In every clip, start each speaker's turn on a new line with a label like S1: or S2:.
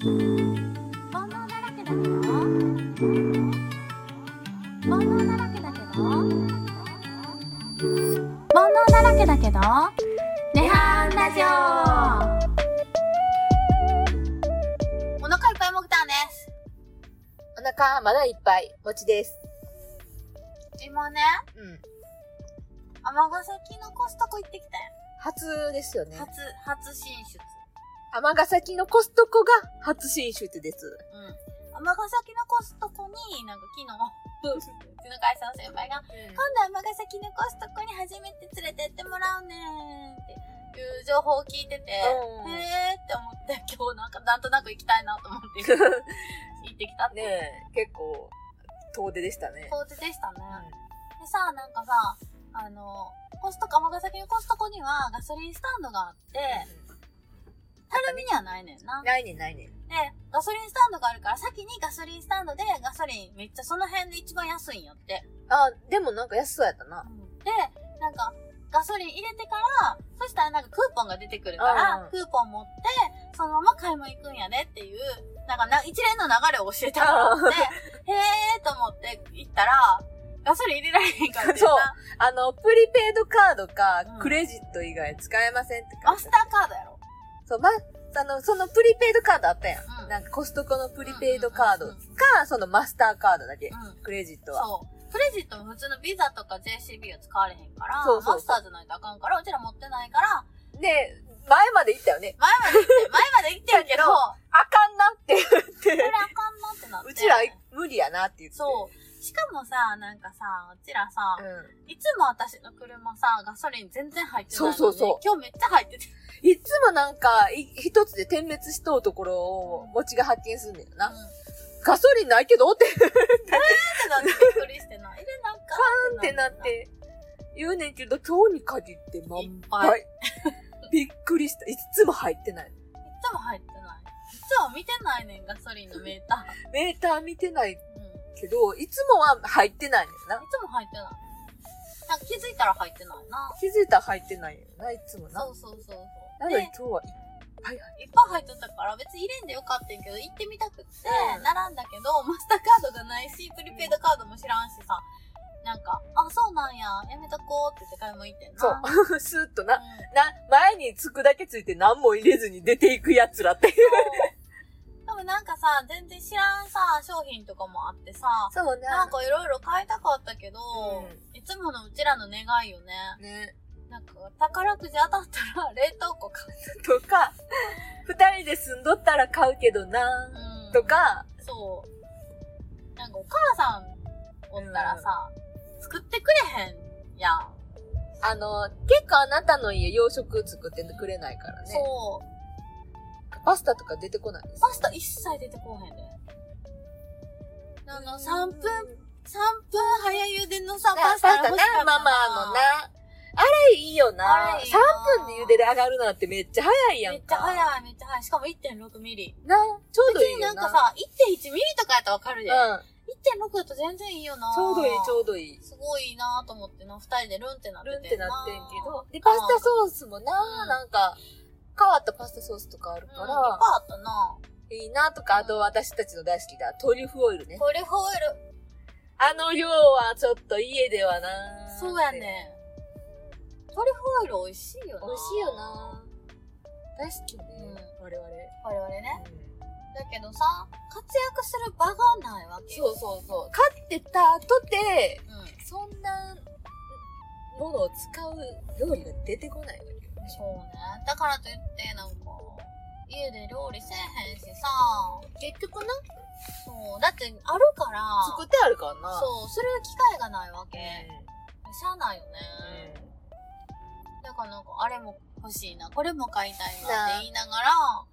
S1: 煩悩だらけだけど煩悩だらけだけど煩悩だらけだけど涅槃ラジオお腹いっぱいもぐたんです
S2: お腹まだいっぱい。餅です。
S1: 今ね
S2: うん。
S1: 尼崎のコストコ行ってきたよ
S2: 初ですよね。
S1: 初初進出
S2: 尼崎のコストコが初進出です。
S1: うん尼崎のコストコになんか昨日 うちの会社の先輩が今度は尼崎のコストコに初めて連れてってもらうねんっていう情報を聞いてて、
S2: うん
S1: へーって思って、今日なんかなんとなく行きたいなと思 って、行ってきたって。
S2: ねえ、結構、遠出でしたね。
S1: 当日でしたね。でさ、なんかさ、あの、コストコ、尼崎のコストコにはガソリンスタンドがあって、たるみにはないねんな。で、
S2: ないねんないねん。
S1: ガソリンスタンドがあるから、先にガソリンスタンドでガソリンめっちゃその辺で一番安いんやって。
S2: あ、でもなんか安そうやったな。
S1: で、なんか、ガソリン入れてから、そしたらなんかクーポンが出てくるから、
S2: うん
S1: クーポン持って、そのまま買い物行くんやねっていう、なんかな一連の流れを教えてもらって、へーと思って行ったら、ガソリン入れられへんからって
S2: そう
S1: な
S2: あの、プリペイドカードか
S1: うん、
S2: クレジット以外使えませんって書い
S1: マ
S2: て
S1: ス
S2: あ
S1: タ
S2: った
S1: ーカードやろ。
S2: そう、ま、あの、そのプリペイドカードあったや
S1: うん
S2: ん。なんかコストコのプリペイドカード
S1: うんうん
S2: か、そのマスターカードだけ。
S1: うん。
S2: クレジットは。
S1: そう。クレジットも普通のビザとか JCB は使われへんから、
S2: そうそうそう
S1: マスターじゃないとあかんから、うちら持ってないから、
S2: で、前まで行ったよね。
S1: 前まで行って、前まで行ってるけど、こ
S2: あかんなって言っ
S1: れ
S2: て。
S1: あかんなってなって。
S2: うちら無理やなって言って。
S1: そう。しかもさ、なんかさ、うちらさ、
S2: う
S1: いつも私の車さ、ガソリン全然入ってないのに、
S2: そうそうそう
S1: 今日めっちゃ入ってて。
S2: ん。いつもなんか、い一つで点滅しとうところを、餅が発見すんだよな。ガソリンないけどって、
S1: ってなってびっくりしてな。え、なんか。
S2: ってなっ。て、言うねんけど、今日に限ってま
S1: いっ
S2: ん
S1: ぱい。
S2: ば
S1: い
S2: い。 びっくりした。いつも入ってない。
S1: つも入ってない。いつも見てないねん、ガソリンのメーター。
S2: メーター見てない
S1: うん。い
S2: けど、いつもは入ってないねんな。
S1: つも入ってない。なんか気づいたら入ってないな。
S2: 気づいたら入ってないよな、いつもな
S1: そ。うそうそうそ
S2: な
S1: う。
S2: のに
S1: で
S2: 今、日はい っ
S1: いっぱ
S2: ぱい入って
S1: い入ってたから別に入れんでよかったんやけど、行ってみたくって、
S2: うん
S1: 並んだけど、マスターカードがないし、プリペイドカードも知らんしさ、なんか、あ、そうなんや、やめとこうって言って買い物行ってんな。
S2: そ
S1: ん。
S2: う。スーッとな、な、前につくだけついて何も入れずに出ていく奴らっていう。
S1: でもなんかさ、全然知らんさ、商品とかもあってさ、
S2: そう
S1: なんかいろいろ買いたかったけど、
S2: う
S1: いつものうちらの願いよね。
S2: ね。
S1: なんか、宝くじ当たったら冷凍庫買う。
S2: とか、二人で住んどったら買うけどな、
S1: うん
S2: と。か、
S1: そう。なんかお母さんおったらさ、作ってくれへんやん。
S2: あの、結構あなたの家洋食作ってくれないからね。
S1: そう。
S2: パスタとか出てこないんですよ
S1: パスタ一切出てこへんで。あの、3分、3分早茹でのさ、パ
S2: パ
S1: ス
S2: ス
S1: タ
S2: タ
S1: が欲しかった
S2: な、ママのな。あれいいよな。
S1: あれいいな
S2: 3分で茹でで上がるなんてめっちゃ早いやん
S1: め
S2: か。
S1: っちゃ早い、めっちゃ早い。しかも1.6ミリ。
S2: な、ちょうど
S1: 別
S2: いい
S1: に
S2: よ
S1: な
S2: な。
S1: んかさ、1.1ミリとかやったらわかるで。
S2: うん。
S1: 1.6だと全然いいよな。
S2: ちょうどいい、ちょ
S1: う
S2: うどいい。
S1: すごいなと思ってな、二人でルンってなって
S2: ル
S1: て
S2: ンってなってんけど。で、
S1: な
S2: パ
S1: あ
S2: スタソースもな、
S1: うん
S2: なんか、変わったパスタソースとかある
S1: うん、い
S2: か
S1: っ
S2: ら
S1: ぱい、あったない
S2: いなとか、あと私たちの大好きだ、トリュフオイルね。
S1: トリュフオイル。
S2: あの量はちょっと家ではな
S1: そうや。ね。トリュフオイル美味しいよな。
S2: 美味しいよ。な大好きね、我々。
S1: 我々ね。だけどさ、活躍する場がないわけよ。
S2: そうそうそう。飼ってたとて、
S1: うん。
S2: そんなものを使う料理が出てこないのよ
S1: そうね。だからといって、なんか、家で料理せえへんしさ、
S2: 結局な、
S1: そう、だってあるから、
S2: 作ってあるからな。
S1: そう、する機会がないわけ。しゃあないよね。だからなんか、あれも欲しいな、これも買いたいなっ
S2: な
S1: て
S2: あ
S1: 言いながら、
S2: ま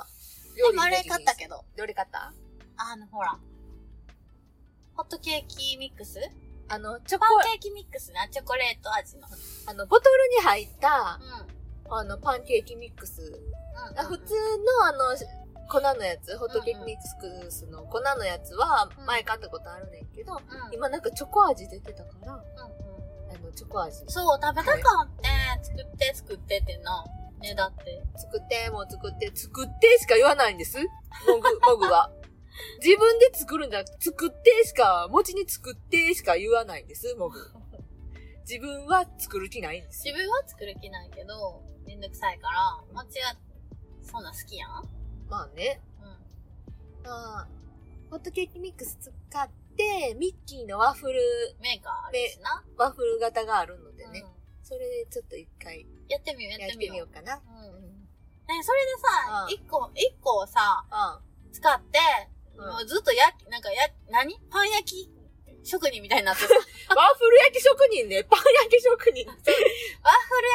S2: あ、
S1: でもあれ買ったけ
S2: ど。
S1: ど、
S2: 料理買った
S1: あの、ほら、ホットケーキミックス
S2: あの、チョコ
S1: パ、ンケーキミックスな、チョコレート味の。う
S2: あの、ボトルに入った、
S1: ん。うん
S2: あの、パンケーキミックス。
S1: うん。
S2: あ普通のあの、粉のやつ、ホットケーキミックスの粉のやつは
S1: うん
S2: 前買ったことあるねんけど、
S1: うん。
S2: 今なんかチョコ味出てたから、
S1: うんうん
S2: あの、チョコ味。
S1: そう、食べたかって、作って作ってってな。ね、だって。
S2: 作って、もう作って、作ってしか言わないんです。 モグ、モグは。自分で作るんじゃなくて、作ってしか、餅に作ってしか言わないんです、モグ。自分は作る気ないんですよ。
S1: 自分は作る気ないけど、めんどくさいから、餅は、そんなん好きやんうん。
S2: まあね。まあ、ホットケーキミックス使って、ミッキーのワッフル、
S1: メーカーあるしな。
S2: ワッフル型があるのでね。
S1: う
S2: それでちょっと一回
S1: んやってみよう、や
S2: や
S1: っ
S2: ってて
S1: み
S2: みよ
S1: よ
S2: うかな。
S1: う。うん。ね、それでさ
S2: う、ん
S1: 一個、一個をさ、
S2: あ
S1: 使って、
S2: うん
S1: もうずっとや、なんかや、何パン焼き職人みたいにな ってさ、ワッフル
S2: あワッフル焼き職人ね、 パン焼き 職人って。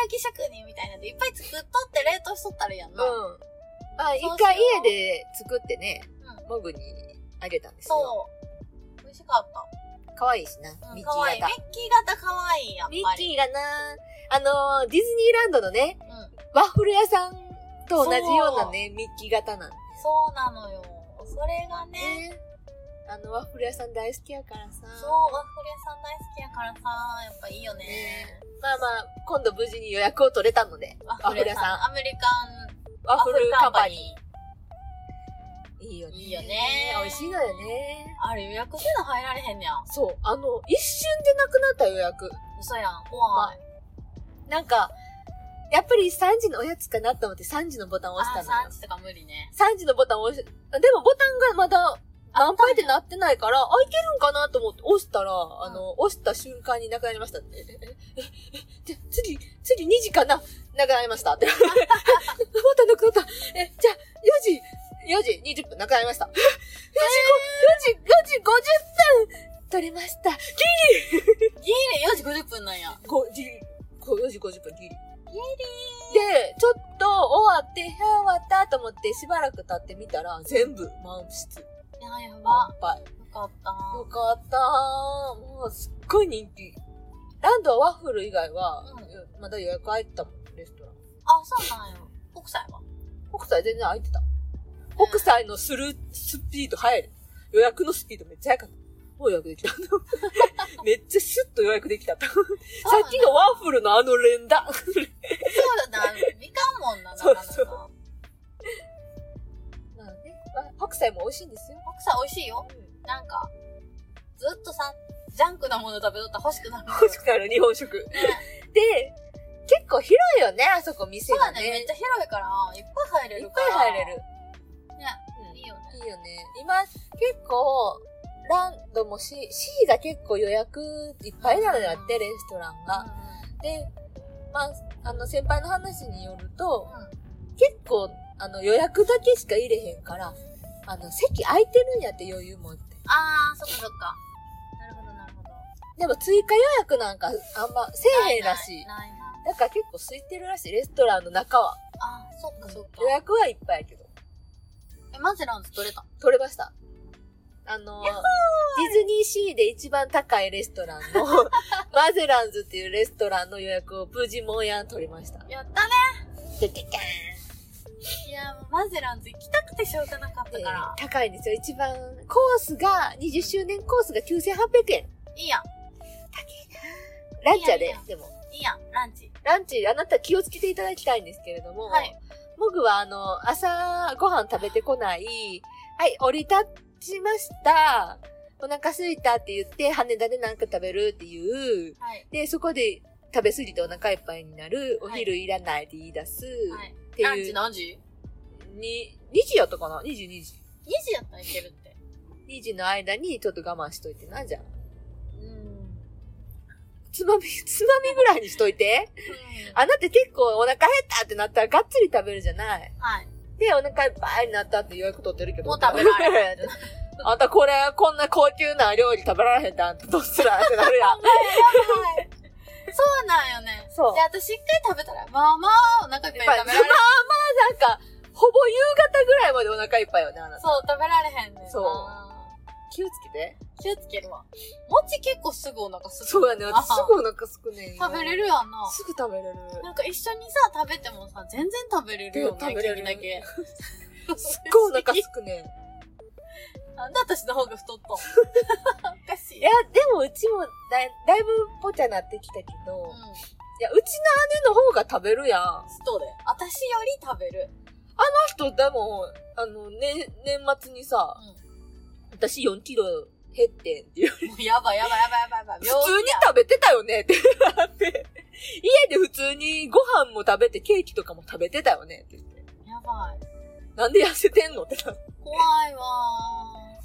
S1: 焼き職人みたいなんでいっぱい作っとって冷凍しとったらいいやんな。
S2: うん。あ、
S1: そうしよう
S2: 一回家で作ってね、
S1: う
S2: モグにあげたんですよ。
S1: そう。美味しかっ
S2: 可愛いしな、
S1: た。うん、
S2: ミッキ
S1: かわい
S2: ー
S1: い。ミッ
S2: 型。
S1: キー型かわいい、やっ
S2: ミ
S1: ぱ
S2: ッ
S1: り。
S2: キーがな、あのー、ディズニーランドのね、
S1: うん。
S2: ワッフル屋さんと同じようなね、ミッキー型なんで
S1: そうなのよ。それが
S2: す
S1: ね、
S2: ね。あの、ワッフル屋さん大好きやからさ。
S1: そう、ワッフル屋さん大好きやからさ、やっぱいいよね。
S2: ねまあまあ、今度無事に予約を取れたので、
S1: ワッフル屋さ
S2: ワ
S1: ん。アメリカン、
S2: ワッフルカンパニ
S1: ー。
S2: ー。いいよね。
S1: いいよね
S2: 美味しいのよね。
S1: あれ予約せな入られへんねや。
S2: そう、あの、一瞬でなくなった予約。
S1: 嘘やん。怖い。
S2: なんか、やっぱり3時のおやつかなと思って3時のボタンを
S1: あ、
S2: 押したの
S1: 3
S2: よ。
S1: 時とか無理ね。
S2: 3時のボタンを押し、あでもボタンがまだ何回ってなってないから、あ、いけるんかなと思って押したら、あの、押した瞬間になくなりましたって。えええじゃ、次、次2時かななくなりましたって。 ボタンなくなった。え、じゃあ、4時、4時20分なくなりました。4時こ、4時、4時50分取れました。
S1: ギリ4時50分なんや。
S2: 5時、4時50分ギリ。で、ちょっと終わって、あー終わったと思ってしばらく経ってみたら、全部満室。
S1: いや、やば
S2: 満。杯。
S1: よかった。
S2: よかったー。もうすっごい人気。ランドはワッフル以外は、まだ予約入ったもん、レストラン。
S1: あ、そうなんや。国際は
S2: 北斎全然空いてた。北斎のするスピード早い。予約のスピードめっちゃ早かった。もう予約できた。 めっちゃシュッと予約できた。さっきのワッフルのあの連打。
S1: そう だな。みかんもんな、なか
S2: そう
S1: なか。
S2: そう
S1: 国
S2: まあね、まあ白菜も美味しいんですよ。
S1: 際美味しいよ。なんか、ずっとさ、ジャンクなもの食べとったら欲し くなる。
S2: 欲しくなる日本食。で、結構広いよね、あそこ店
S1: そうだ
S2: が
S1: ね
S2: ね。。
S1: めっちゃ広いから、いっぱい入れ
S2: いっ
S1: る
S2: ぱ
S1: から。
S2: い入れる。
S1: ね。
S2: うん
S1: いいよね。
S2: いいよね。今、結構、ランドも C、C が結構予約いっぱいなのやって、レストランが。で、まあ、あの、先輩の話による
S1: う
S2: と
S1: ん、うん。
S2: 結構、あの、予約だけしか入れへんから、あの、席空いてるんやって余裕もって。
S1: あー、そっかそっか。なるほど、なるほど。
S2: でも追加予約なんかあんませえへんらしい。
S1: ないなな
S2: だから結構空いてるらしい、レストランの中は。
S1: あー、そっかそっか
S2: 予。約はいっぱいやけど。
S1: え、マゼランズ取れた
S2: 取れました。あのー、ディズニーシーで一番高いレストランの、 マゼランズっていうレストランの予約を無事もうやん取りました。
S1: やったね。
S2: ででか
S1: いや、もうマゼランズ行きたくてしょうがなかった
S2: ー
S1: から。
S2: 高いんですよ。一番、コースが、20周年コースが9800円。
S1: いいやん。
S2: ランチャ
S1: いい
S2: で
S1: やいいや、
S2: でも。
S1: いいやん。ランチ。
S2: ランチ、あなた気をつけていただきたいんですけれども、
S1: はい。
S2: 僕はあの、朝ご飯食べてこない、はい、降り立ちました。お腹空いたって言って、羽田でなんか食べるっていう、
S1: はい。
S2: で、そこで食べ過ぎてお腹いっぱいになる、お昼いらないで言い出す、
S1: はい。
S2: って
S1: ランチ
S2: いう、
S1: 何時
S2: に、2時やったかな ?22 時。
S1: ?2 時やったらいけるって。
S2: 2時の間にちょっと我慢しといてな、じゃあ。
S1: うん。
S2: つまみ、 つまみぐらいにしといて。あなた結構お腹減ったってなったらがっつり食べるじゃない。
S1: はい。
S2: で、お腹いっぱいになったって予約取ってるけど。
S1: もう食べられへん。
S2: あんたこれ、こんな高級な料理食べられへんってあんたどうすらってな るやん。
S1: そうなんよね。
S2: そう
S1: で、私一回食べたら、まあまあお腹いっぱい食べられ
S2: まあま
S1: へん。
S2: あなんか、ほぼ夕方ぐらいまでお腹いっぱいよね、あなた。
S1: そう、食べられへんねんな。
S2: そう気をつけて。
S1: 気をつけるわ。餅結構すぐお腹すく。
S2: そうやね、私すぐお腹すくねんよ
S1: 食べれるやんな。
S2: すぐ食べれる。
S1: なんか一緒にさ、食べてもさ、全然食べれるよね、
S2: 食べれる
S1: 君だけ。
S2: すっごいお腹すくねん。
S1: なんで私の方が太ったんおかしい。
S2: いや、でもうちもだいだいぶぽちゃなってきたけ
S1: う
S2: ど、
S1: ん。
S2: いや、うちの姉の方が食べるやん。あ
S1: そうだよ。私より食べる。
S2: の人、でも、あの、ね、年末にさ、
S1: う
S2: 私4キロ減ってんっていう。
S1: ん。もうやばいやばいやばいやばいやばい。
S2: 普通に食べてたよねって言われて。家で普通にご飯も食べて、ケーキとかも食べてたよねって言って。
S1: べやばい。
S2: なんで痩せてんのってなって
S1: 怖いわ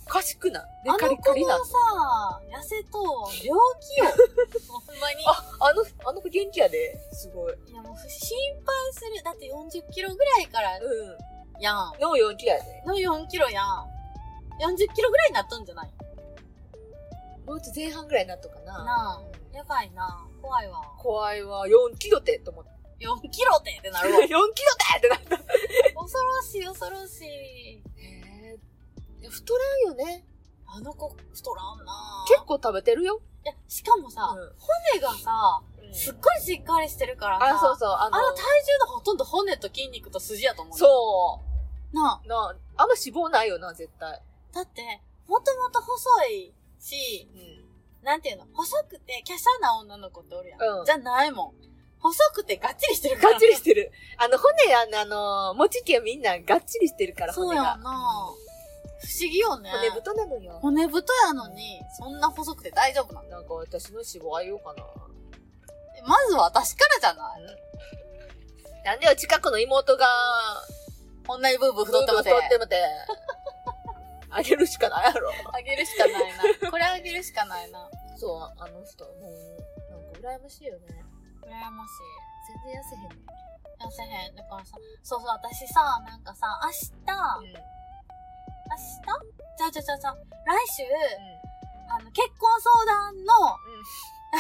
S2: おかしくない
S1: ー。
S2: で
S1: あ
S2: カ
S1: の
S2: リカ
S1: 子
S2: リな
S1: の。さ、痩せとは病気よ。ほんまに。
S2: あ、あの、あの子元気やで。すごい。
S1: いやもう心配する。だって40キロぐらいから
S2: うん。
S1: やん。
S2: の4キロやで。
S1: の4キロやん。40キロぐらいになっとんじゃない
S2: もうちょっと前半ぐらいになっとかな。
S1: なあ。やばいな怖いわ。
S2: 怖いわ。4キロってと思って。
S1: 4キロってってなる わ
S2: 4。キロってってなった。
S1: 恐ろしい恐ろしい。
S2: へえ。太らんよね。
S1: あの子太らんな
S2: 結構食べてるよ。
S1: いや、しかもさ、
S2: う
S1: 骨がさ、
S2: ん
S1: すっごいしっかりしてるからさ、
S2: あ、そうそう。あ
S1: あ
S2: の、
S1: の体重のほとんど骨と筋肉と筋やと思う。う。
S2: そ
S1: な
S2: う。なあ、んま脂肪ないよな、絶対。
S1: あだって、もともと細いし、
S2: うん。
S1: なんていうの、細くて華奢な女の子っておるやん。
S2: うん
S1: じゃないもん。細くてがっちりしてるから。
S2: がっちりしてる。あの、骨、あの、あの、餅家みんながっちりしてるから、
S1: そう
S2: 骨
S1: やん
S2: が。
S1: な不思議よね。
S2: 骨太なのよ。
S1: 骨太やのに、そんな細くて大丈夫なの
S2: なんか私の脂肪あげようかな。
S1: えまずは私からじゃない
S2: なんでよ、近くの妹が、
S1: こんなにブーブー太ってません。
S2: 太ってまて。 あげるしかないやろ。
S1: あげるしかない な。これあげるしかないな。
S2: そう、あの人、もう、なんか羨ましいよね。
S1: 羨ましい。
S2: 全然痩せへんね。
S1: 痩せへん。だからさ、そうそう、私さ、なんかさ、明日、明日じゃあじゃあじゃあじゃあ来週、あの、結婚相談の、
S2: うん。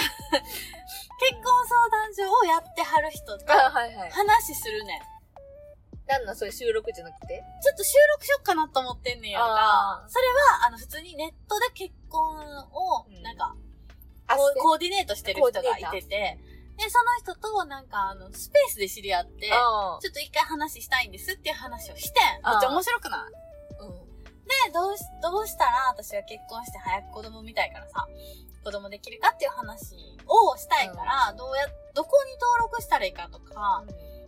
S1: 結婚相談所をやってはる人と
S2: あ、はいはい。
S1: 話するねん。
S2: なんなん、それ収録じゃなくて
S1: ちょっと収録しよっかなと思ってんねんやん
S2: あ
S1: か。
S2: ー
S1: それは、あの、普通にネットで結婚を
S2: うん、
S1: なんか、
S2: あ
S1: こう
S2: して
S1: コーディネートしてる人がいてて、で、その人と、なんか、あの、スペースで知り合って、
S2: あ
S1: ちょっと一回話したいんですっていう話をしてん、めっちゃ面白くない
S2: ーうん。
S1: で、どうし、どうしたら私は結婚して早く子供みたいからさ、子供できるかっていう話をしたいから、どうや、どこに登録したらいいかとか、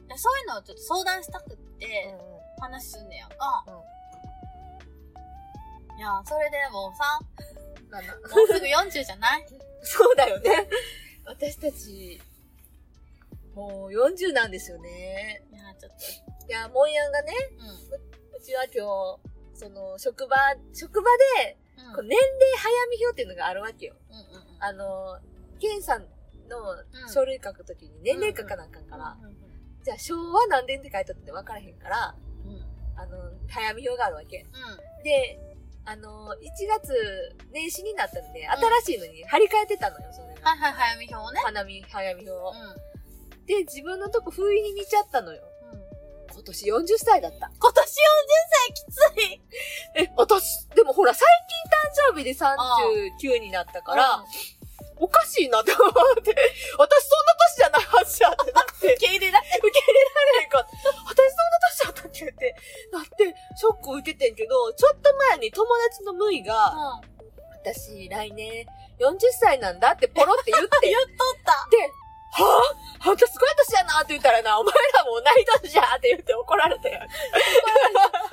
S1: でそういうのをちょっと相談したくって、話すんねやんか。いや、それでもう さ、
S2: なんなん
S1: もうすぐ40じゃない
S2: そうだよね。私たち、もう40なんですよね。
S1: いや、ちょっと、
S2: いや、もんやんがね、
S1: うん。
S2: うちは今日、その、職場、職場で、
S1: うん。
S2: こう年齢早見表っていうのがあるわけよ。
S1: うんうんうん。
S2: あの、検査の書類書くときに年齢書かなあかんから、
S1: うんうん
S2: じゃあ昭和何年って書いとって分からへんから、
S1: うん。うん。
S2: あの、早見表があるわけ。で、あの、1月、年始になったので、新しいのに張り替えてたのよ、それが。
S1: はいはい、早見表ね。
S2: 花見、早見表を
S1: う。ん。
S2: で、自分のとこ封印に見ちゃったのよ。
S1: うん
S2: 今年40歳だった。
S1: 今年40歳きつい
S2: え、私、でもほら、最近誕生日で39になったか
S1: うん
S2: ら、おかしいなって思って、私そんな年じゃないはずやってなって、
S1: 受け入れられ
S2: 受け入れられへんかった。私そんな年だったっけって、なって、ショックを受けてんけど、ちょっと前に友達のムイ
S1: う
S2: が、
S1: ん。
S2: 私、来年40歳なんだってポロって言って、
S1: 言っとった。
S2: で、はぁ、あんたすごい年やなって言ったらな、お前らも同い年じゃって言って怒られたよ。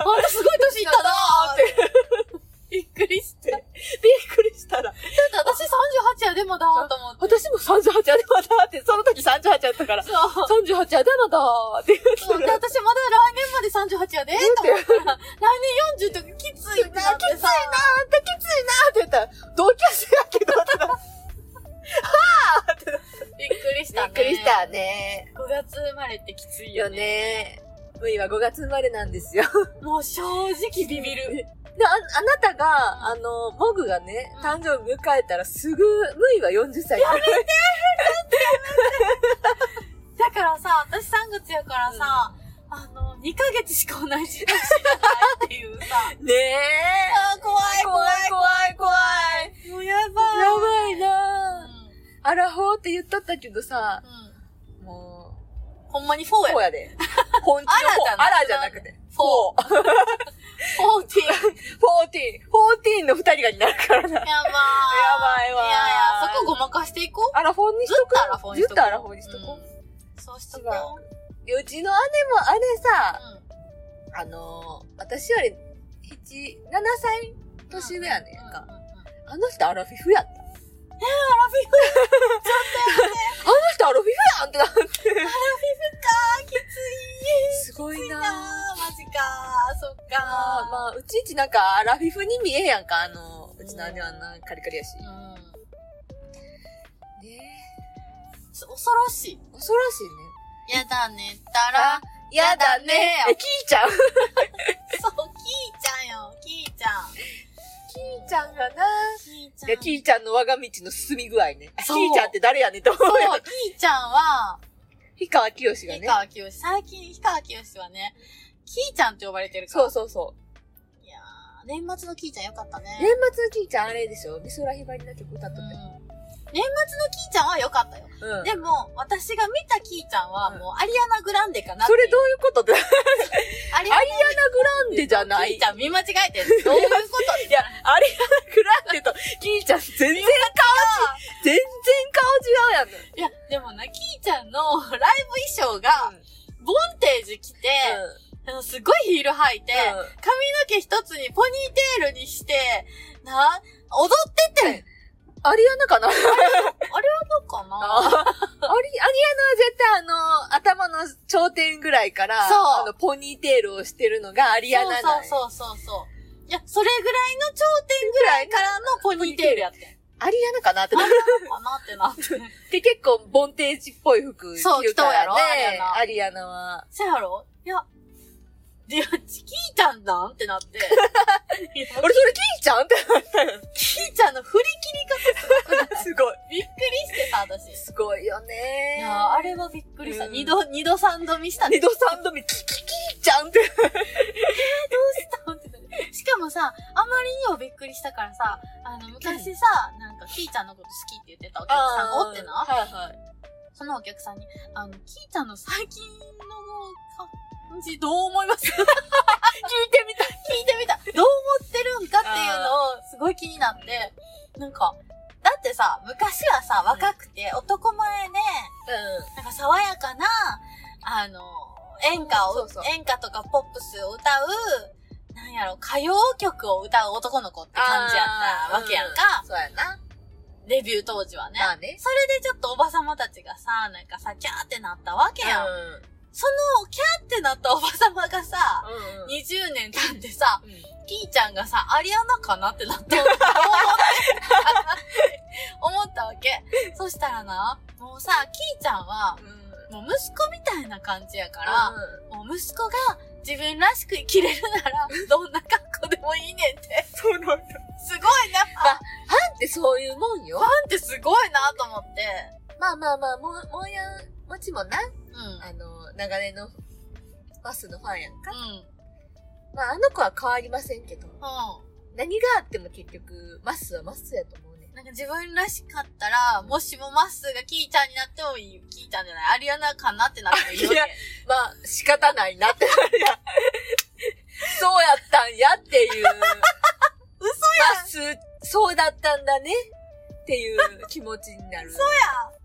S1: ほんとすごい年いったなーって。びっくりして。だ
S2: びっくりしたら。
S1: って 私38やでもだーと思って。
S2: 私も38やでまだって、その時38やったから。
S1: そう。
S2: 38やでまだって言って
S1: そうで、私まだ来年まで38やでーと思ったら、来年40とかきついってなってさ。
S2: あんたきついなって言ったら、同級生やけどってなっ
S1: びっくりした
S2: て。
S1: ね。
S2: びっくりし。たね。
S1: 5月生まれってきついよ
S2: よ
S1: ね。
S2: ね。むいは5月生まれなん ですよ。
S1: もう正直ビビる。
S2: であ、あなたが、あの、モグがね、
S1: うん
S2: 誕生日迎えたらすぐ、むいは40歳やめて
S1: だからさ、私3月やからさ、あの、2ヶ月しか同じ年じゃないっていうさ。
S2: ねえ。
S1: あー怖い怖い。
S2: 怖い怖い。
S1: もう やば
S2: やばいなぁ
S1: い。
S2: アラフォーって言っとったけどさ、
S1: うん。うん。
S2: も
S1: ほんまに4
S2: う、
S1: や
S2: こうやで。本気の
S1: アラじゃなく
S2: アラじゃなくて。フォー。
S1: 40。
S2: フォ 14!14 の二人がになるからな。
S1: やばー
S2: やばいわー
S1: いやいや、そこごまかしていこう。
S2: アラフォーにしと
S1: ずっ
S2: く
S1: とアラフォーにしとこう
S2: ずっとアラフォーにしとこ
S1: うんそうしと
S2: 違
S1: こう。
S2: う。うちの姉もあれさ、
S1: う
S2: あのー、私より七7歳
S1: ん
S2: 年上やねんか
S1: う。ううんうん
S2: あの人アラフィフやった。
S1: アラフィフ
S2: あの人アラフィフやんってな って。
S1: か、きつ
S2: すごい
S1: いなー
S2: なぁ。
S1: マジかー、そっか
S2: あー
S1: ー。
S2: まあ、うちいちなんかアラフィフに見えへんやんか。あの、うちの姉はな、カリカリやし。ね
S1: うん。
S2: え。
S1: 恐ろしい。
S2: 恐ろしいね。
S1: やだね、たら。
S2: やだね
S1: え
S2: え、キーちゃん。キ
S1: そう、キーちゃんよ、キーちゃん。
S2: ーちゃんがな
S1: キーちゃん。
S2: いや、キーちゃんの我が道の進み具合ね。あキ
S1: そう
S2: ーちゃんって誰やねんと思
S1: そう
S2: うよ。
S1: キーちゃんは、
S2: 氷川きよしが
S1: 氷
S2: ね。
S1: 川きよし、最近氷川きよしはね、キーちゃんって呼ばれてるから。
S2: そうそうそう。
S1: いやー、年末のキーちゃんよかったね。
S2: 年末のキーちゃんあれでしょ美空ひばりの曲歌っ
S1: う
S2: とっ
S1: ん年末のキーちゃんは良かったよ。
S2: たよ。うん。
S1: でも、私が見たキーちゃんは、
S2: うん
S1: もう、アリアナ・グランデかなって
S2: そ
S1: いう
S2: れどういうことだア
S1: アリ
S2: リ
S1: アナ・グ
S2: アナ・グランデじゃな
S1: ラン
S2: い。
S1: デ。
S2: い
S1: キーちゃん見間違えてる。どういうこといや、
S2: アリアナ・グランデとキーちゃん全然顔ち、全然顔違うやん。
S1: いや、でもな、キーちゃんのライブ衣装が、ボンテージ着て、あのすごいヒール履いて、
S2: うん
S1: 髪の毛一つにポニーテールにして、な、踊ってて、
S2: アリアナかなアリ、
S1: どうか
S2: アリ
S1: な
S2: アナは絶対あの、頭の頂点ぐらいから、
S1: そう
S2: あの、ポニーテールをしてるのがアリアナなんや
S1: そうそうそうそう。いや、それぐらいの頂点ぐらいからのポニーテールやって。
S2: アリアナかなって
S1: あ。れなのかなってなって。
S2: で、結構、ボンテージっぽい服
S1: そう
S2: 着るから
S1: 着とうや
S2: ね。
S1: ろ
S2: アリアナは。
S1: せやろいや、いや、キーちゃんなんってな って。いや
S2: 俺、それキーちゃんってなったよ。
S1: キーちゃんの振り切り方すごくない
S2: すごい。
S1: びっくりしてた、私。
S2: すごいよね
S1: いや、あれはびっくりした。
S2: うん
S1: 二度、二度三度見したね。
S2: 二度三度目、キキキちゃんって。
S1: どうしたんってなる しかもさ、あまりにもびっくりしたからさ、あの、昔さ、なんか、キーちゃんのこと好きって言ってたお客さんがおってな、
S2: はいはい。
S1: そのお客さんに、あの、キーちゃんの最近の感じどう思います 聞いてみた聞いてみたどう思ってるんかっていうのを、すごい気になって、なんか、だってさ、昔はさ、若くて男前で、なんか爽やかな、あの、演歌を、
S2: そうそう
S1: 演歌とかポップスを歌う、なんやろ、歌謡曲を歌う男の子って感じやったわけやんか、
S2: そうやな。
S1: デビュー当時はね。
S2: まあね。
S1: それでちょっとおばさまたちがさ、なんかさ、キャーってなったわけやん。その、キャーってなったおばさまがさ、
S2: うん。
S1: 20年経ってさ、
S2: うん。
S1: キーちゃんがさ、アリアナかなってなった。どう 思ってるかなって思ったわけ。そしたらな、もうさ、キーちゃんは、もう息子みたいな感じやから、もう息子が自分らしく生きれるなら、どんな格好でもいいねんって。
S2: そうなんだ。
S1: すごいな。ファン
S2: ってそういうもんよ。
S1: ってすごいなと思って。
S2: まあまあまあ、もう、もうやん、もちもな、
S1: うん。
S2: あの、長年の、バスのファンやんか。
S1: うん。
S2: まあ、あの子は変わりませんけど、
S1: う
S2: 何があっても結局、マスはマスやと思うね
S1: ん。。なんか自分らしかったら、もしもまっすーがキーちゃんになってもいい。キーちゃんじゃない。アリアナかなってなってもいいわ
S2: いや
S1: け。
S2: まあ、仕方ないなって。 いやそうやったんやっていう。嘘やん。そうだったんだねっていう気持ちになる。そう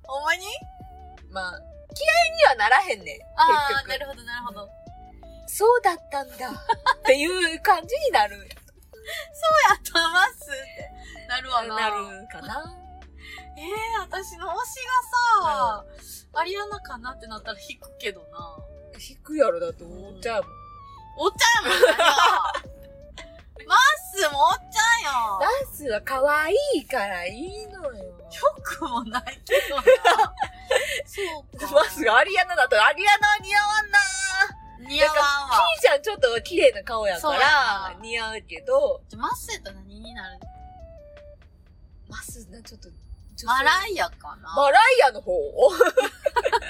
S1: ほんまに
S2: や。まあ、嫌いにはならへんねん。
S1: ああ、なる
S2: 結局。
S1: ほど、なるほど。
S2: そうだったんだっていう感じになる。
S1: やっとまっすーって。なるわな。
S2: なるかな。
S1: ええ私の推しがさ、アリアナかなってなったら引くけどな。
S2: 引くやろだと思っちゃうもん。
S1: おっちゃんやもん な。マッスもおっちゃん
S2: ダ
S1: よ。
S2: ンスは可愛いからいいのよ。
S1: よくもないけどな。 そうか。
S2: マスがアリアナだとアリアナ似合わんな
S1: 似合わんわ。
S2: キーちゃんちょっと綺麗な顔や
S1: そう
S2: か
S1: や
S2: ら
S1: な、
S2: 似合うけど、
S1: マッスと何になる
S2: マスな、ちょっと、
S1: マ
S2: イ
S1: ライアか
S2: ア。
S1: な。
S2: マライアの方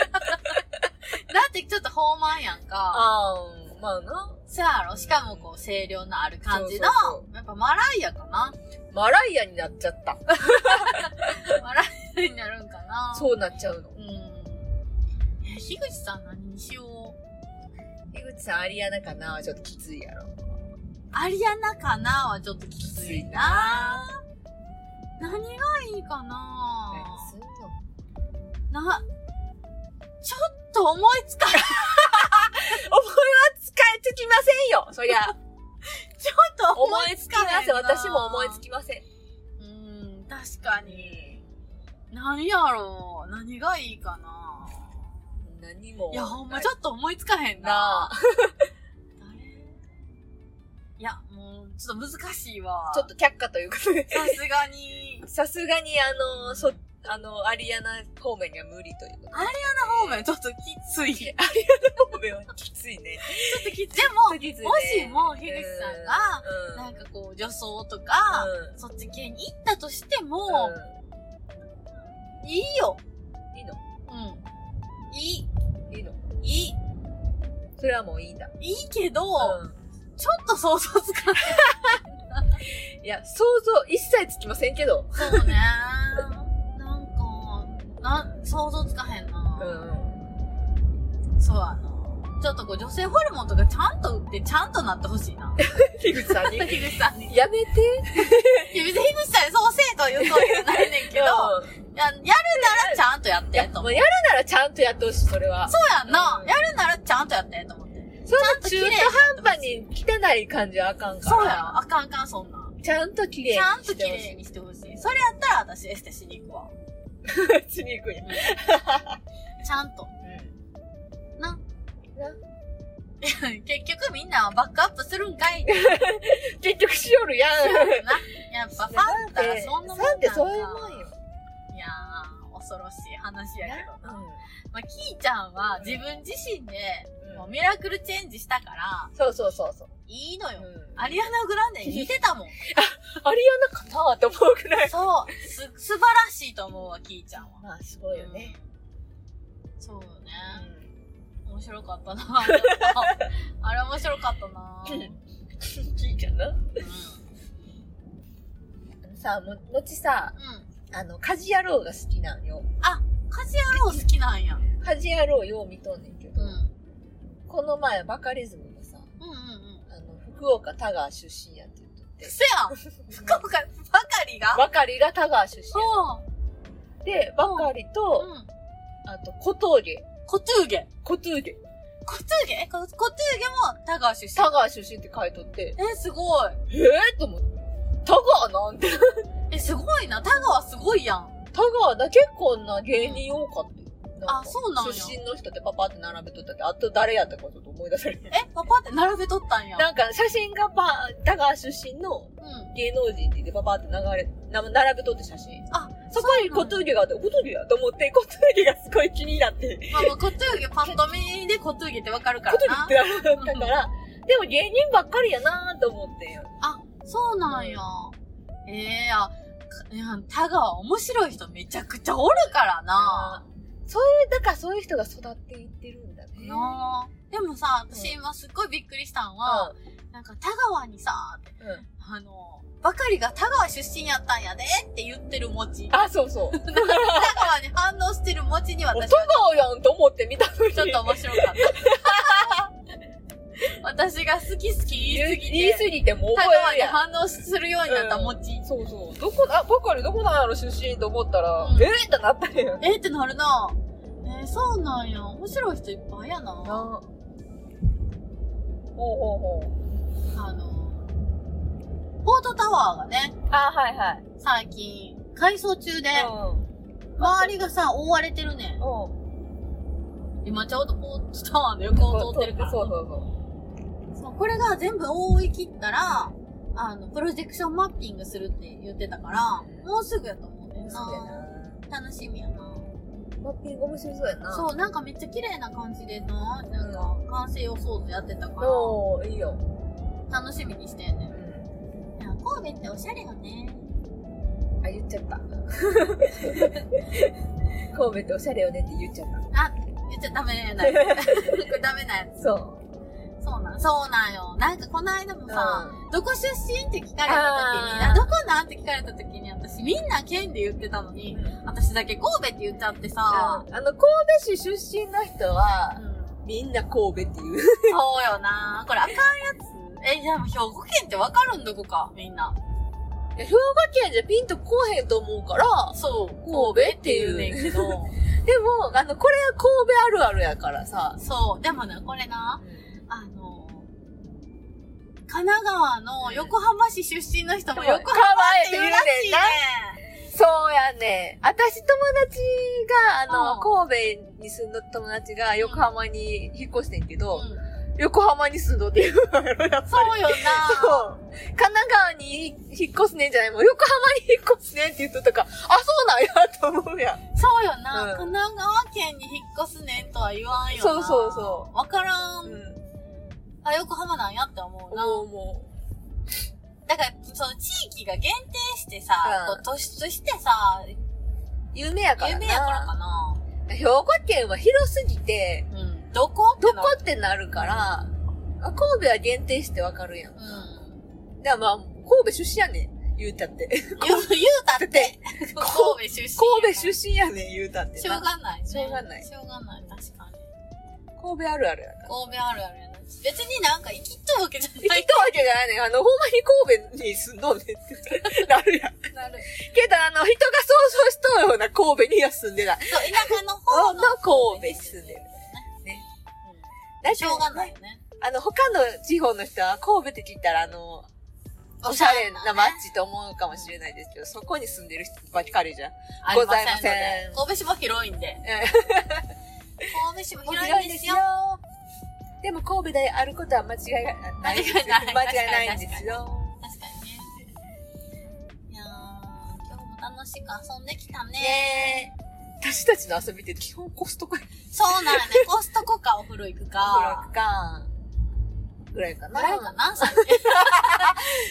S1: だってちょっと豊満やんか。
S2: あー、まあな。
S1: そうやろしかもこう清涼のある感じの
S2: そうそう。
S1: やっぱマライアかな。
S2: マライアになっちゃった。
S1: マライアになるんかな。う。
S2: そうなっちゃうの
S1: う。ん。え、樋口さん何にしよう。
S2: 井口さんアリアナかなちょっときついやろ。
S1: アリアナかなはちょっときついな何がいいかな
S2: すんの
S1: な、ちょっと思いつかない。
S2: 思いは使いつきませんよそりゃ。
S1: ちょっと
S2: 思いつきません。
S1: 思いつかへんな
S2: 私も思いつきません。
S1: うん、確かに。何やろう何がいいかな
S2: 何も。
S1: いや、ほんまちょっと思いつかへんな
S2: な。
S1: 誰いや、もう、ちょっと難しいわ。
S2: ちょっと却下ということで。
S1: さすがに。
S2: さすがに、あの、そ、あの、アリアナ方面には無理ということで。
S1: 方面ちょっときつい。ちょっ
S2: 方面はきついね。
S1: ときつい。でも、
S2: きついね
S1: もしも、ひぐしさんが、
S2: うん、
S1: なん
S2: か、
S1: かこう、女装とか、
S2: うん
S1: そっち系に行ったとしても、
S2: う
S1: いいよ。
S2: ん、いいの
S1: うん。い
S2: いいの
S1: い、いい。
S2: それはもういいんだ。
S1: いいけど、
S2: うん
S1: ちょっと想像つかない。
S2: いや、想像一切つきませんけど。
S1: そうね。なんか、な、想像つかへんな。
S2: うん。
S1: そうやな。ちょっとこう女性ホルモンとかちゃんと打ってちゃんとなってほしい な。
S2: 樋口さんに。
S1: 樋口さんに。いや、
S2: やめて。
S1: 別に樋口さんにそうせえとは言うとは言うないねんけど、
S2: うん
S1: ややるならちゃんとやってと
S2: も
S1: 思う。
S2: うやるならちゃんとやってほしい、それは。
S1: そうやんな
S2: う。ん
S1: やるならちゃんとやってと思って。
S2: そ
S1: ちゃんと綺
S2: の中
S1: 麗に
S2: 途半端に汚い感じはあかんから。
S1: そうやろ。あかんあかん、そんなん。
S2: ちゃんと綺麗
S1: ちゃん
S2: に
S1: と
S2: し
S1: 綺
S2: てほ
S1: 麗にしてほしい。それやったら私エステしに行くわ。
S2: しい。しに行くんや。
S1: ちゃんと。 な。
S2: な
S1: 結局みんなはバックアップするんかいって
S2: 結局しよるやん。
S1: な。やっぱファンってそんなもんなん
S2: ファンって そういうもんよ。
S1: いやー、恐ろしい話やけどな。
S2: うん
S1: まあ、キーちゃんは
S2: うん
S1: 自分自身で、
S2: うん
S1: もうミラクルチェンジしたから、
S2: そうそうそうそう。
S1: いいのよ。
S2: うん
S1: アリアナ・グランデ似てた もん。
S2: アリアナかなと思うくらい。
S1: そう。す、素晴らしいと思うわ、キーちゃんは。
S2: まあ、すごいよね。
S1: うん。そうよね。
S2: うん
S1: 面白か ったな。あれあれ面白かったな。
S2: うんいいじゃん な。
S1: う
S2: さあ、も、後さ、
S1: ん。
S2: あの、家事野郎が好きなんよ。
S1: うん。カジアロー好きなんや。うん。
S2: 家事野郎よう見とんねんけど、
S1: うん
S2: この前バカリズムがさ、
S1: うんうん。
S2: あの、福岡田川出身やって言っとって
S1: く。せ やん福岡ばかりが
S2: バカリが田川出身や
S1: う
S2: で、バカリと、
S1: ん。うん。
S2: あと、小峠。
S1: コトゥーゲ。
S2: 小峠。
S1: コトゥーゲえココトゥーゲも田川出身
S2: 田。川出身って書いとって、
S1: え、すごい。
S2: えぇと思って。田川なんて。
S1: え、すごいな。田川すごいやん。
S2: 田川だ、結構な芸人多かったよ。
S1: あ、そうなんや。
S2: 出身の人ってパパって並べとったけど、あと誰やったかちょっと思い出されへん。
S1: え、パパって並べとったんや。
S2: なんか写真がパ、田川出身の
S1: うん。
S2: 芸能人って言ってパパって流れ、な並べとって写真。
S1: あ、
S2: そこに
S1: そうな
S2: 小
S1: んや
S2: 峠があって、小峠やと思って、小峠がすごい気になって、
S1: まあまあ、コトゥーゲ、パッと見でコトゥーゲってわかるか
S2: 小
S1: ら
S2: 峠
S1: な
S2: っ。てなったから、でも芸人ばっかりやなと思ってんよ。
S1: あ、そうなんや。ええあ、かいや田川面白い人めちゃくちゃおるからな。
S2: そういう、だからそういう人が育っていってるんだね。
S1: なあ。でもさ、私
S2: うん
S1: 今すっごいびっくりしたんは、なんか田川にさ、
S2: うん。うん。
S1: あの、ばかりが田川出身やったんやでって言ってる餅。田
S2: あ、そうそう。もう
S1: 川に反応してる餅に
S2: 田
S1: 私は
S2: 川やんと思って見たのに。
S1: ちょっと面白かった。 私が好き好き言いすぎ
S2: 言い
S1: て、
S2: 過ぎてもう
S1: 田
S2: 覚え
S1: 川
S2: る
S1: に
S2: やん。
S1: 反応するようになったもち。
S2: そうそう。どこ、あ、ばかりどこなんやろ出身と思ったら、
S1: うん
S2: えーってなったんやん。
S1: えーってなるなえー、そうなんや。面白い人いっぱいやな。
S2: なほうほうほう。
S1: あの、ポートタワーがね、
S2: あ、はいはい。
S1: 最近、改装中で、
S2: う
S1: 周りがさ、覆われてるねん。
S2: ん。うん。
S1: 今ちょうどポートタワーの横を通ってるから。
S2: そうそうそ
S1: そうこれが全部覆い切ったら、あの、プロジェクションマッピングするって言ってたから、もうすぐやと思うね
S2: う。
S1: んな。楽しみやな。
S2: マッピング面白そうやな。
S1: そう、なんかめっちゃ綺麗な感じでな、なんか完成予想図やってたか
S2: おーいいよ。
S1: ら、楽しみにしてんね。
S2: うんん。
S1: いや、神戸っておしゃれよね。
S2: あ、言っちゃった。神戸っておしゃれよねって言っちゃっ
S1: あ、言っちゃダメなや つ。これダメなや
S2: た。そう。
S1: つ。そうなん、そうなんよ。なんかこの間もさ、
S2: うん
S1: どこ出身って聞かれた時に、
S2: あー
S1: どこなんって聞かれた時に、私みんな県で言ってたのに、私だけ神戸って言っちゃってさ
S2: あ、あの、神戸市出身の人は、
S1: うん
S2: みんな神戸っていう。
S1: そうよなこれあかんやえ、じゃあもう兵庫県ってわかるんどこか、みんな。
S2: いや兵庫県じゃピンとこうへんと思うから、
S1: そう。
S2: 神戸っていう
S1: ねんけど。
S2: でも、あの、これは神戸あるあるやからさ。
S1: そう。でもね、これな、あの、神奈川の横浜市出身の人も横浜って言うらしいね
S2: か。そうやね。私友達が、あの、
S1: う
S2: 神戸に住んだ友達が横浜に引っ越してんけど、
S1: うん
S2: 横浜に住んどっていうのやろ、やっぱり。
S1: そうよな。
S2: そう。神奈川に引っ越すねんじゃないもう横浜に引っ越すねんって言っとったから、あ、そうなんやと思うやん。
S1: そうよな、
S2: うん
S1: 神奈川県に引っ越すねんとは言わんよな。。
S2: そうそうそう
S1: わからん。
S2: うん。
S1: あ、横浜なんやって思うな。
S2: 思う思
S1: だから、その地域が限定してさ、
S2: うん
S1: こう突出してさ、
S2: う。有名やからな。
S1: 夢やからかな。
S2: 兵庫県は広すぎて、
S1: うん。どこって
S2: ど
S1: な
S2: こってなるから、あ神戸は限定してわかるやん。
S1: うん。
S2: だからまあ、神戸出身やねん。言うたって。
S1: 言う、言うた って。神戸出身。
S2: 神戸
S1: 身。
S2: 出身やねん、言うたって
S1: しょう
S2: な。
S1: がない。
S2: しょうがない
S1: しょうがない。確かに。
S2: 神戸あるあるやな。
S1: 神戸あるあるやな。別になんか生きっとるわけじゃ
S2: 行った
S1: ない。
S2: わけじゃないねん。あの、ほんまに神戸に住んどんねんって。なるやん。
S1: なる。
S2: けど、あの、人が想像しとうような神戸には住んでない。
S1: そう、田舎の
S2: あ
S1: 方の。
S2: の神戸に住んでる。
S1: うん。しょうがないよね。
S2: あの、他の地方の人は神戸って聞いたら、あの、おしゃれな街と思うかもしれないですけど、そこに住んでる人ばっかりじゃん。
S1: あり
S2: ご
S1: ま
S2: ざ
S1: せ
S2: い
S1: んので
S2: ません。
S1: 神戸市も広いんで。神戸市も広いんですよ。
S2: でも神戸であることは間違いない。間
S1: 間
S2: 違
S1: 違
S2: い
S1: い
S2: な
S1: ないい
S2: んですよ。
S1: 確かにね。いやー、今日も楽しく遊んできたね。
S2: ねえ。私たちの遊びって基本コストコや
S1: そうなんやね。コストコかお風呂行く
S2: から
S1: か。
S2: か。ぐらいかな。
S1: ぐらいかな、最近。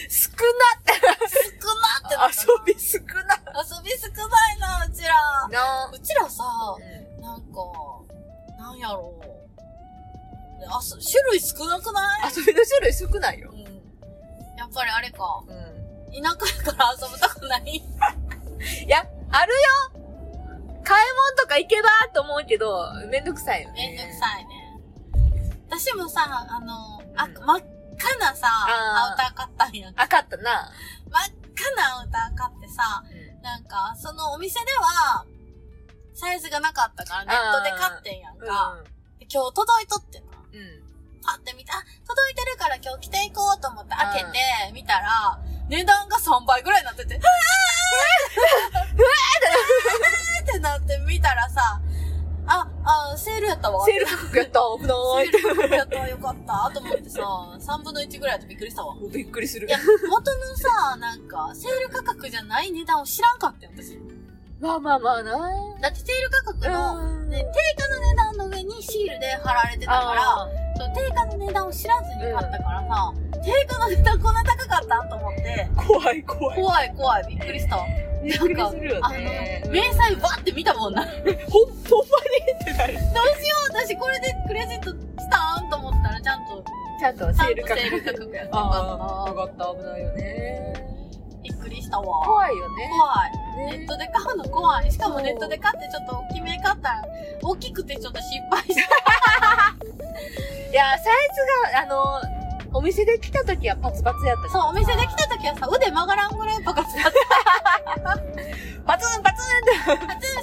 S1: 少
S2: 少
S1: なってな
S2: な
S1: った
S2: 遊び少な
S1: 遊び少ないな、うちら。
S2: な
S1: うちらさ、なんか、なんやろう。ねあそ種類少なくない
S2: 遊びの種類少ないよ
S1: う。ん。やっぱりあれか。
S2: うん。
S1: 田舎やから遊ぶとこない。
S2: いや、あるよ買い物とか行けばと思うけど、めんどくさいよ
S1: めん
S2: ね。
S1: どくさいね。私もさ、あの、あ
S2: うん
S1: 真っ赤なさ、
S2: あー
S1: アウター買ったんや。真っ
S2: あかったな。
S1: 赤なアウター買ってさ、なんか、そのお店では、サイズがなかったからネットで買ってんやんか。で今日届いとってな。
S2: うん。うん。
S1: パって見て、あ、届いてるから今日着ていこうと思って開け
S2: うん
S1: て、見たら、値段が3倍ぐらいになってて、うわーってなって見たらさ、あ、あ、セールやったわ。
S2: セール価格やった危ない
S1: セールやったわ、よかった。と思ってさ、3分の1ぐらいだとびっくりしたわ。
S2: もうびっくりする
S1: い。や、元のさ、なんか、セール価格じゃない値段を知らんかったよ、私。
S2: まあまあまあな。
S1: だってセール価格の、
S2: うん
S1: ね、定価の値段の上にシールで貼られてたから、
S2: あー
S1: そう定価の値段を知らずに買ったからさ、定価の値段こんな高かったんと思って、
S2: 怖い怖い。
S1: 怖い怖い、びっくりしたわ。
S2: びっくりするよ
S1: あの
S2: ね。、
S1: 明細バッて見たもんな。どうしよ
S2: ほん、ほんまにってなる。
S1: う、私これでクレジットしたんと思ったら、ちゃんと、
S2: ちゃんと
S1: ちゃ
S2: セー
S1: ん
S2: ル
S1: と
S2: 価
S1: セ
S2: 格。
S1: ール価格やった
S2: ああ、
S1: か
S2: よかった、危ないよね。
S1: ら、びっくりしたわ。
S2: 怖いよね。
S1: 怖い。
S2: ね
S1: ネットで買うの怖い。しかもネットで買ってちょっと大きめ買ったら、大きくてちょっと失敗 した。
S2: いや、サイズが、あの、お店で来た時はパツパツやったから
S1: そう、お店で来た時はさ、腕曲がらんぐらいバカ使って
S2: パツンパツ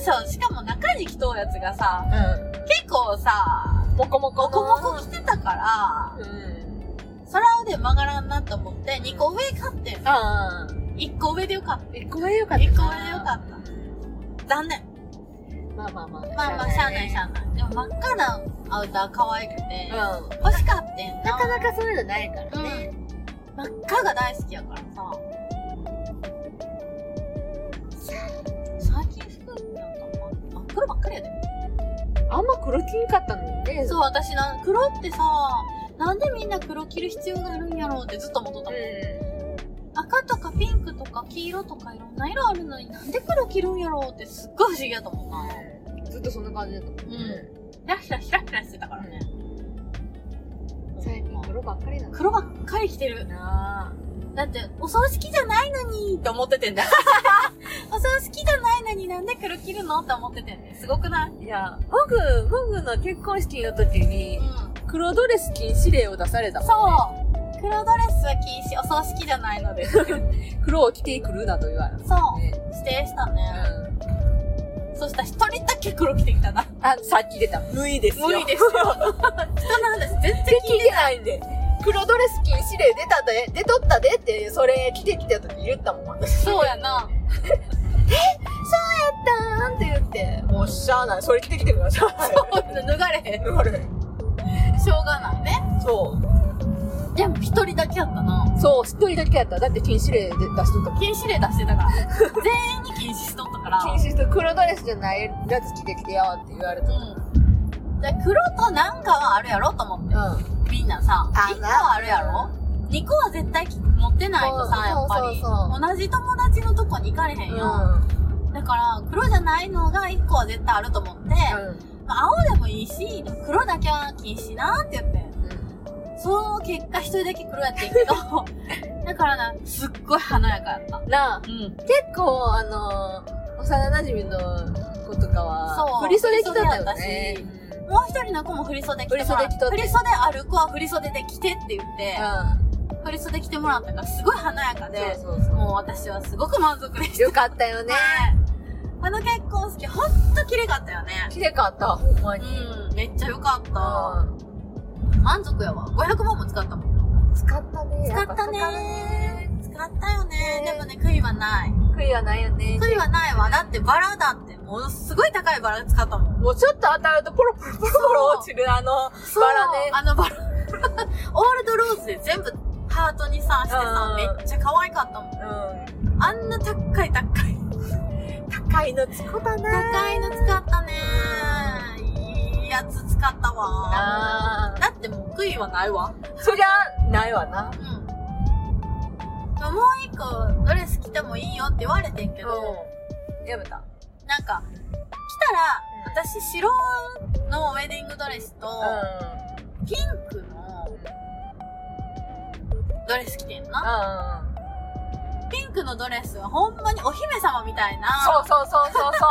S1: そう、しかも中に着とうやつがさ、
S2: ン
S1: 結構さ、
S2: うん。もこもこ
S1: モ
S2: の。
S1: コモコ着てたから、
S2: うん。
S1: そら腕曲がらんなと思って、2個上買ってん、
S2: ああ。
S1: 1個上でよかっ
S2: 一個目よかったな。
S1: 一個目よかったた。残念。
S2: まあまあまあ。
S1: まあまあ、しゃあないしゃあない。でも真っ赤なアウター可愛くて、
S2: うん。
S1: 欲しかってん
S2: な
S1: な。
S2: かなかそういうのないか
S1: う
S2: ら
S1: ん
S2: ね。。
S1: 真っ赤が大好きやからさ。最近服、なんか真真っ黒ばっかりやで。
S2: あんま黒きんかったのね。
S1: そう、私な、黒ってさ、なんでみんな黒着る必要があるんやろうってずっと思っとった
S2: う
S1: もん。
S2: ん。
S1: 赤とかピンクとか黄色とかいろんな色あるのになんで黒着るんやろうってすっごい不思議やと思うな。
S2: ずっとそんな感じだったもんね。
S1: ひらひらひらひらしてたからね。
S2: 最近黒ばっかりなんだ
S1: 黒ばっかり着てる。
S2: な
S1: だって、お葬式じゃないのにって思っててん だ。お葬式じゃないのになんで黒着るのって思っててんね。すごくない
S2: ぁ。いや、僕、僕の結婚式の時に
S1: う、ん。
S2: 黒ドレス禁止令を出されたもん
S1: そう。黒ドレスは禁止、お葬式じゃない ので。そう、
S2: 黒を着てくるなと言われ
S1: 指
S2: ね。
S1: 定した
S2: う
S1: ね。
S2: ん。
S1: そしたら一人だけ黒着てきたな。
S2: あ、さっき出た。無理ですよ。
S1: 無理ですよ。 人の話全然
S2: で聞いてないんで。黒ドレス禁止令出たで、出とったでって、それ着てきた時言ったもん、私。
S1: そうやな。
S2: ダーンって言って、もうしゃーない。それ着てきてくださ い。
S1: 脱がれへん。
S2: これ。
S1: しょうがないね。
S2: そう。
S1: でも一人だけやったな。
S2: そう、一人だけやった。だって禁止令で出しとったもん。
S1: 禁止令出してた から。全員に禁止しとったから。
S2: 禁止して黒ドレスじゃないやつ着てきてよって言われた。
S1: うん。で、黒となんかはあるやろと思って。
S2: ん。
S1: みんなさ、
S2: あ
S1: 1個はあるやろ ?2 個は絶対持ってないとさ、やっぱり。
S2: そうそうそう
S1: 同じ友達のとこに行かれへんよ。だから、黒じゃないのが1個は絶対あると思って、まあ青でもいいし、でも黒だけは禁止なって言って。その結果一人だけ黒やってんけ ど、だからな、すっごい華やかやった。
S2: うん。なあ、
S1: うん。
S2: 結構、あのー、幼馴染の子とかは、
S1: そう
S2: 振り袖着とったよね。
S1: 振り袖や
S2: うん
S1: もう一人の子も振り袖着てもら
S2: 振り袖着とって
S1: 振り袖ある子は振り袖で着てって言って、振り袖着てもらったからすごい華やかで、
S2: そうそうそ
S1: もう私はすごく満足でし
S2: う。よかったよ
S1: た
S2: ね
S1: ね。。あの結婚式ほんと綺麗かったよね。
S2: 綺麗かった、ほんまに。
S1: うん、めっちゃ良かった。
S2: うん
S1: 満足やわ。500万も使ったもん。
S2: 使ったね。
S1: 使った
S2: やぱ使
S1: ねー。使ったよね
S2: ね
S1: ー。でもね、悔いはない。
S2: ったね。悔いはないよね。
S1: 悔いはないわ。だってバラだって、ものすごい高いバラ使ったもん。
S2: もうちょっと当たるとポロポロポロポロ落ちるあの、
S1: そう
S2: バラね。
S1: あのバラ。 オールドローズで全部ハートにさ、してさ、
S2: うん
S1: めっちゃ可愛かったもん。
S2: うん。
S1: あんな高い高い。
S2: 高いの使ったな
S1: 高いの使ったねー。いいやつ使ったわ
S2: あ
S1: ー。だってもう悔いはないわ。
S2: ーそりゃ、ないわな。
S1: うん。まあもう一個ドレス着てもいいよって言われてんけど、
S2: やめた。
S1: なんか、来たら、私白のウェディングドレスと、
S2: う
S1: ピンクのドレス着てんな。
S2: ん。うん。
S1: ピンクのドレスはほんまにお姫様みたいな、
S2: そうそうそうそうそ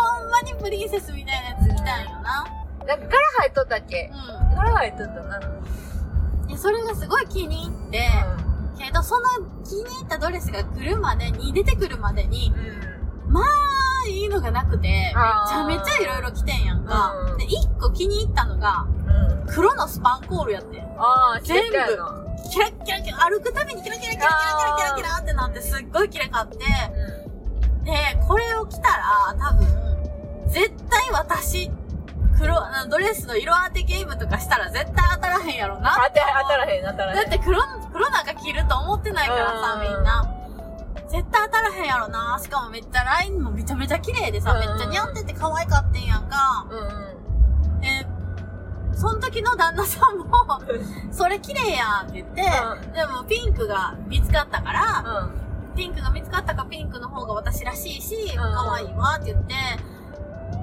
S1: ほんまにプリンセスみたいなやつ着たんよな。
S2: う。 なんか柄入っとったっけ
S1: う
S2: 柄入っとったな。
S1: ん。いや、それがすごい気に入って、けど、その気に入ったドレスが来るまでに、出てくるまでに、
S2: うん。
S1: あいいのがなくて、めちゃ
S2: あー
S1: めちゃいろいろ着てんやんか。
S2: うん
S1: で、一個気に入ったのが、
S2: うん。
S1: 黒のスパンコールやってん。
S2: ああ、
S1: 全部
S2: ちっちゃいの
S1: キラッキラキラ、歩くたびにキラキラキラキラキラキラキラってなって、すっごいキラかって。で、これを着たら、多分、絶対私、黒、あのドレスの色当てゲームとかしたら絶対当たらへんやろな
S2: 当
S1: って
S2: て、
S1: 思う。
S2: 当たらへん、当たら
S1: だ
S2: へ
S1: っ
S2: ん。
S1: て黒、黒なんか着ると思ってないからさ、
S2: うん
S1: みんな。絶対当たらへんやろな。しかもめっちゃラインもめちゃめちゃ綺麗でさ、
S2: うん
S1: めっちゃ似合ってて可愛かってんやんか。
S2: うんうん。、
S1: えーその時の旦那さんも
S2: うん。
S1: それ綺麗やんって言って、
S2: う
S1: でもピンクが見つかったから、
S2: うん。
S1: ピンクが見つかったからピンクの方が私らしいし、
S2: ん
S1: 可愛いわって言って、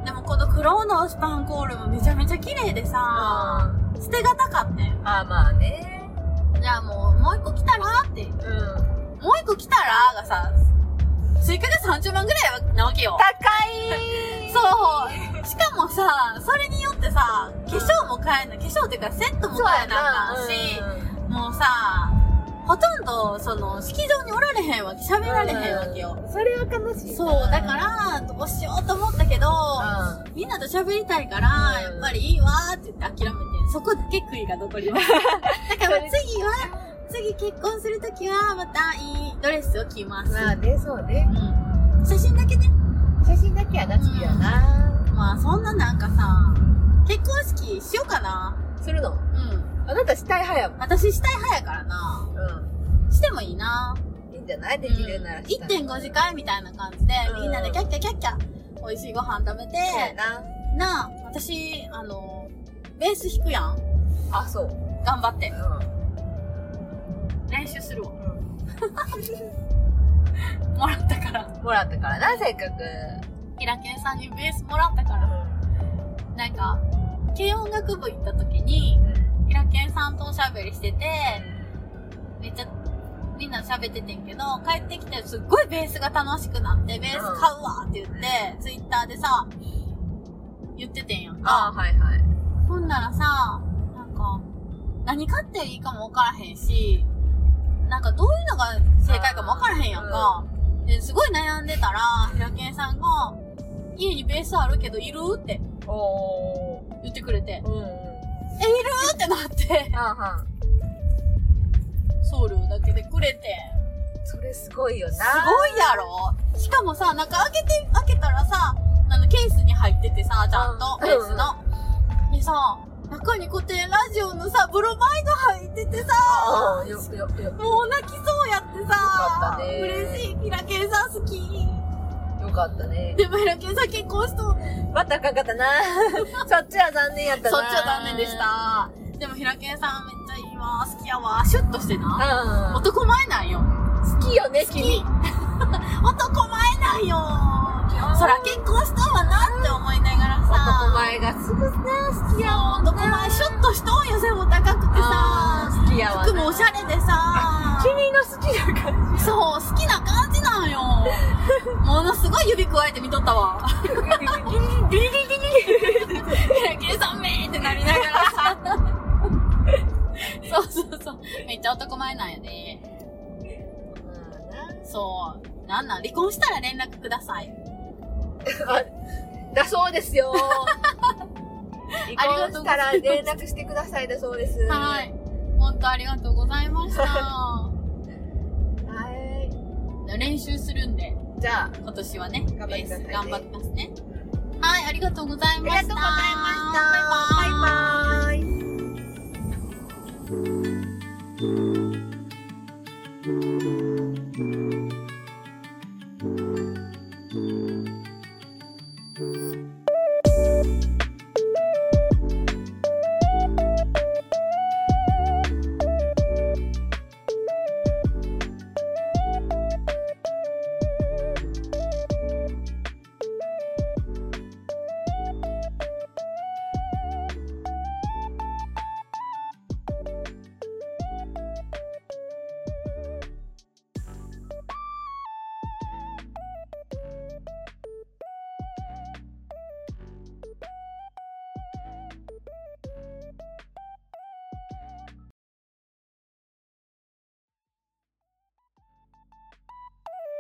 S1: でもこの黒のスパンコールもめちゃめちゃ綺麗でさ、
S2: あ
S1: 捨てがたかったよ。
S2: あ、まあね。
S1: じゃあもう、もう一個来たらって
S2: うん。
S1: も
S2: 高
S1: う一個来たらがさ、追加が30万ぐらいなわけよ。
S2: い
S1: そう。しかもさ、それによってさ、化粧も変えな、化粧っていうかセットも
S2: そう
S1: 変
S2: や
S1: えなあ
S2: な
S1: かんし、もうさ、ほとんど、その、式場におられへんわけ、喋られへんわけよ。。
S2: それは悲しい。
S1: そう、だから、どうしようと思ったけど、
S2: ら、
S1: みんなと喋りたいから、や
S2: うん
S1: っぱりいいわーって言って諦めて、そこだけ悔いが残ります。だから次は、次結婚するときは、またいいドレスを着ます。
S2: まあね、そうね。
S1: うん写真だけね。
S2: 写真だけやな、好きやな。
S1: まあそんななんかさ、結婚式しようかな。
S2: するの
S1: うん。
S2: あなたしたい派やもん。
S1: 私したい派やからな。
S2: う
S1: してもいいな。
S2: ん。いいんじゃないで
S1: うん
S2: きるならしたい。
S1: 1.5次会みたいな感じで、
S2: うん
S1: みんなでキャッキャキャッキャ、美味しいご飯食べて、
S2: そうやな。
S1: なあ、私、あの、ベース弾くやん。
S2: あ、そう。うん。
S1: 頑張って。練習するわ。もらったから。
S2: もらったからな、せっかく。
S1: キラケンさんにベースもらったから。なんか、軽音楽部行った時に、キラケンさんとおしゃべりしてて、めっちゃ、みんな喋っててんけど、帰ってきてすっごいベースが楽しくなって、ベース買うわって言って、ツイッターでさ、言っててんやん
S2: あ
S1: か。
S2: はいはい。
S1: ほんならさ、なんか、何買っていいかもわからへんし、なんかどういうのが正解かもわからへんやんか。ですごい悩んでたら、ひらけんさんが、家にベースあるけどいるって
S2: おー。
S1: 言ってくれて、
S2: うんうん。
S1: え、いるってなって、
S2: はんはん。
S1: 送料だけでくれて。
S2: それすごいよな。
S1: すごいやろしかもさ、なんか開けて、開けたらさ、あの、ケースに入っててさ、ちゃんと、
S2: うん
S1: ケースの。でさ、中に古典ラジオのさ、ブロマイド入っててさ
S2: あ、ーよくよくよ
S1: もう泣きそうやって
S2: か
S1: さ
S2: った、ね
S1: 嬉しい。ヒラケンさん好き。
S2: よかったね。
S1: でもヒラケンさん結婚しと、
S2: またかか ったな。そっちは残念やったな。
S1: そっちは残念でし。た。でもヒラケンさんめっちゃいいわ、好きやわ、シュッとしてな。
S2: うん。
S1: 男前なんよ。
S2: 好きよね、
S1: 好
S2: 君
S1: き。。 男前なんよ。そら結婚したわなって思いながらさ。
S2: 男前がすぐな、好き
S1: い
S2: や
S1: や、
S2: わな。
S1: 男前シュッとしとんよ、背も高くて
S2: あ
S1: さ。
S2: ー好きやわな。
S1: 服もおしゃれでさ。
S2: 君の好きな感じ。
S1: そう、好きな感じなんよ。 ものすごい指加えて見とった わ。
S2: ビリビリビリビリ。
S1: 計算めーってなりながらさ。そうそうそう。めっちゃ男前なんやね。そう。なんなん離婚したら連絡ください。
S2: あだそうです よ。
S1: あり
S2: 離
S1: が
S2: 婚
S1: とうご
S2: し
S1: ざ
S2: た
S1: いま
S2: ら
S1: す
S2: 連絡してくださいだそうです。
S1: はい。本当ありがとうございました。
S2: はい。
S1: 練習するんで、
S2: じゃあ、
S1: 今年はね、ベ
S2: 頑張って
S1: ー
S2: ください
S1: ス
S2: ね
S1: 頑張ってますね。はい、ありがとうござい
S2: あ
S1: ました。バイバイ。
S2: バイバイ。バイバイ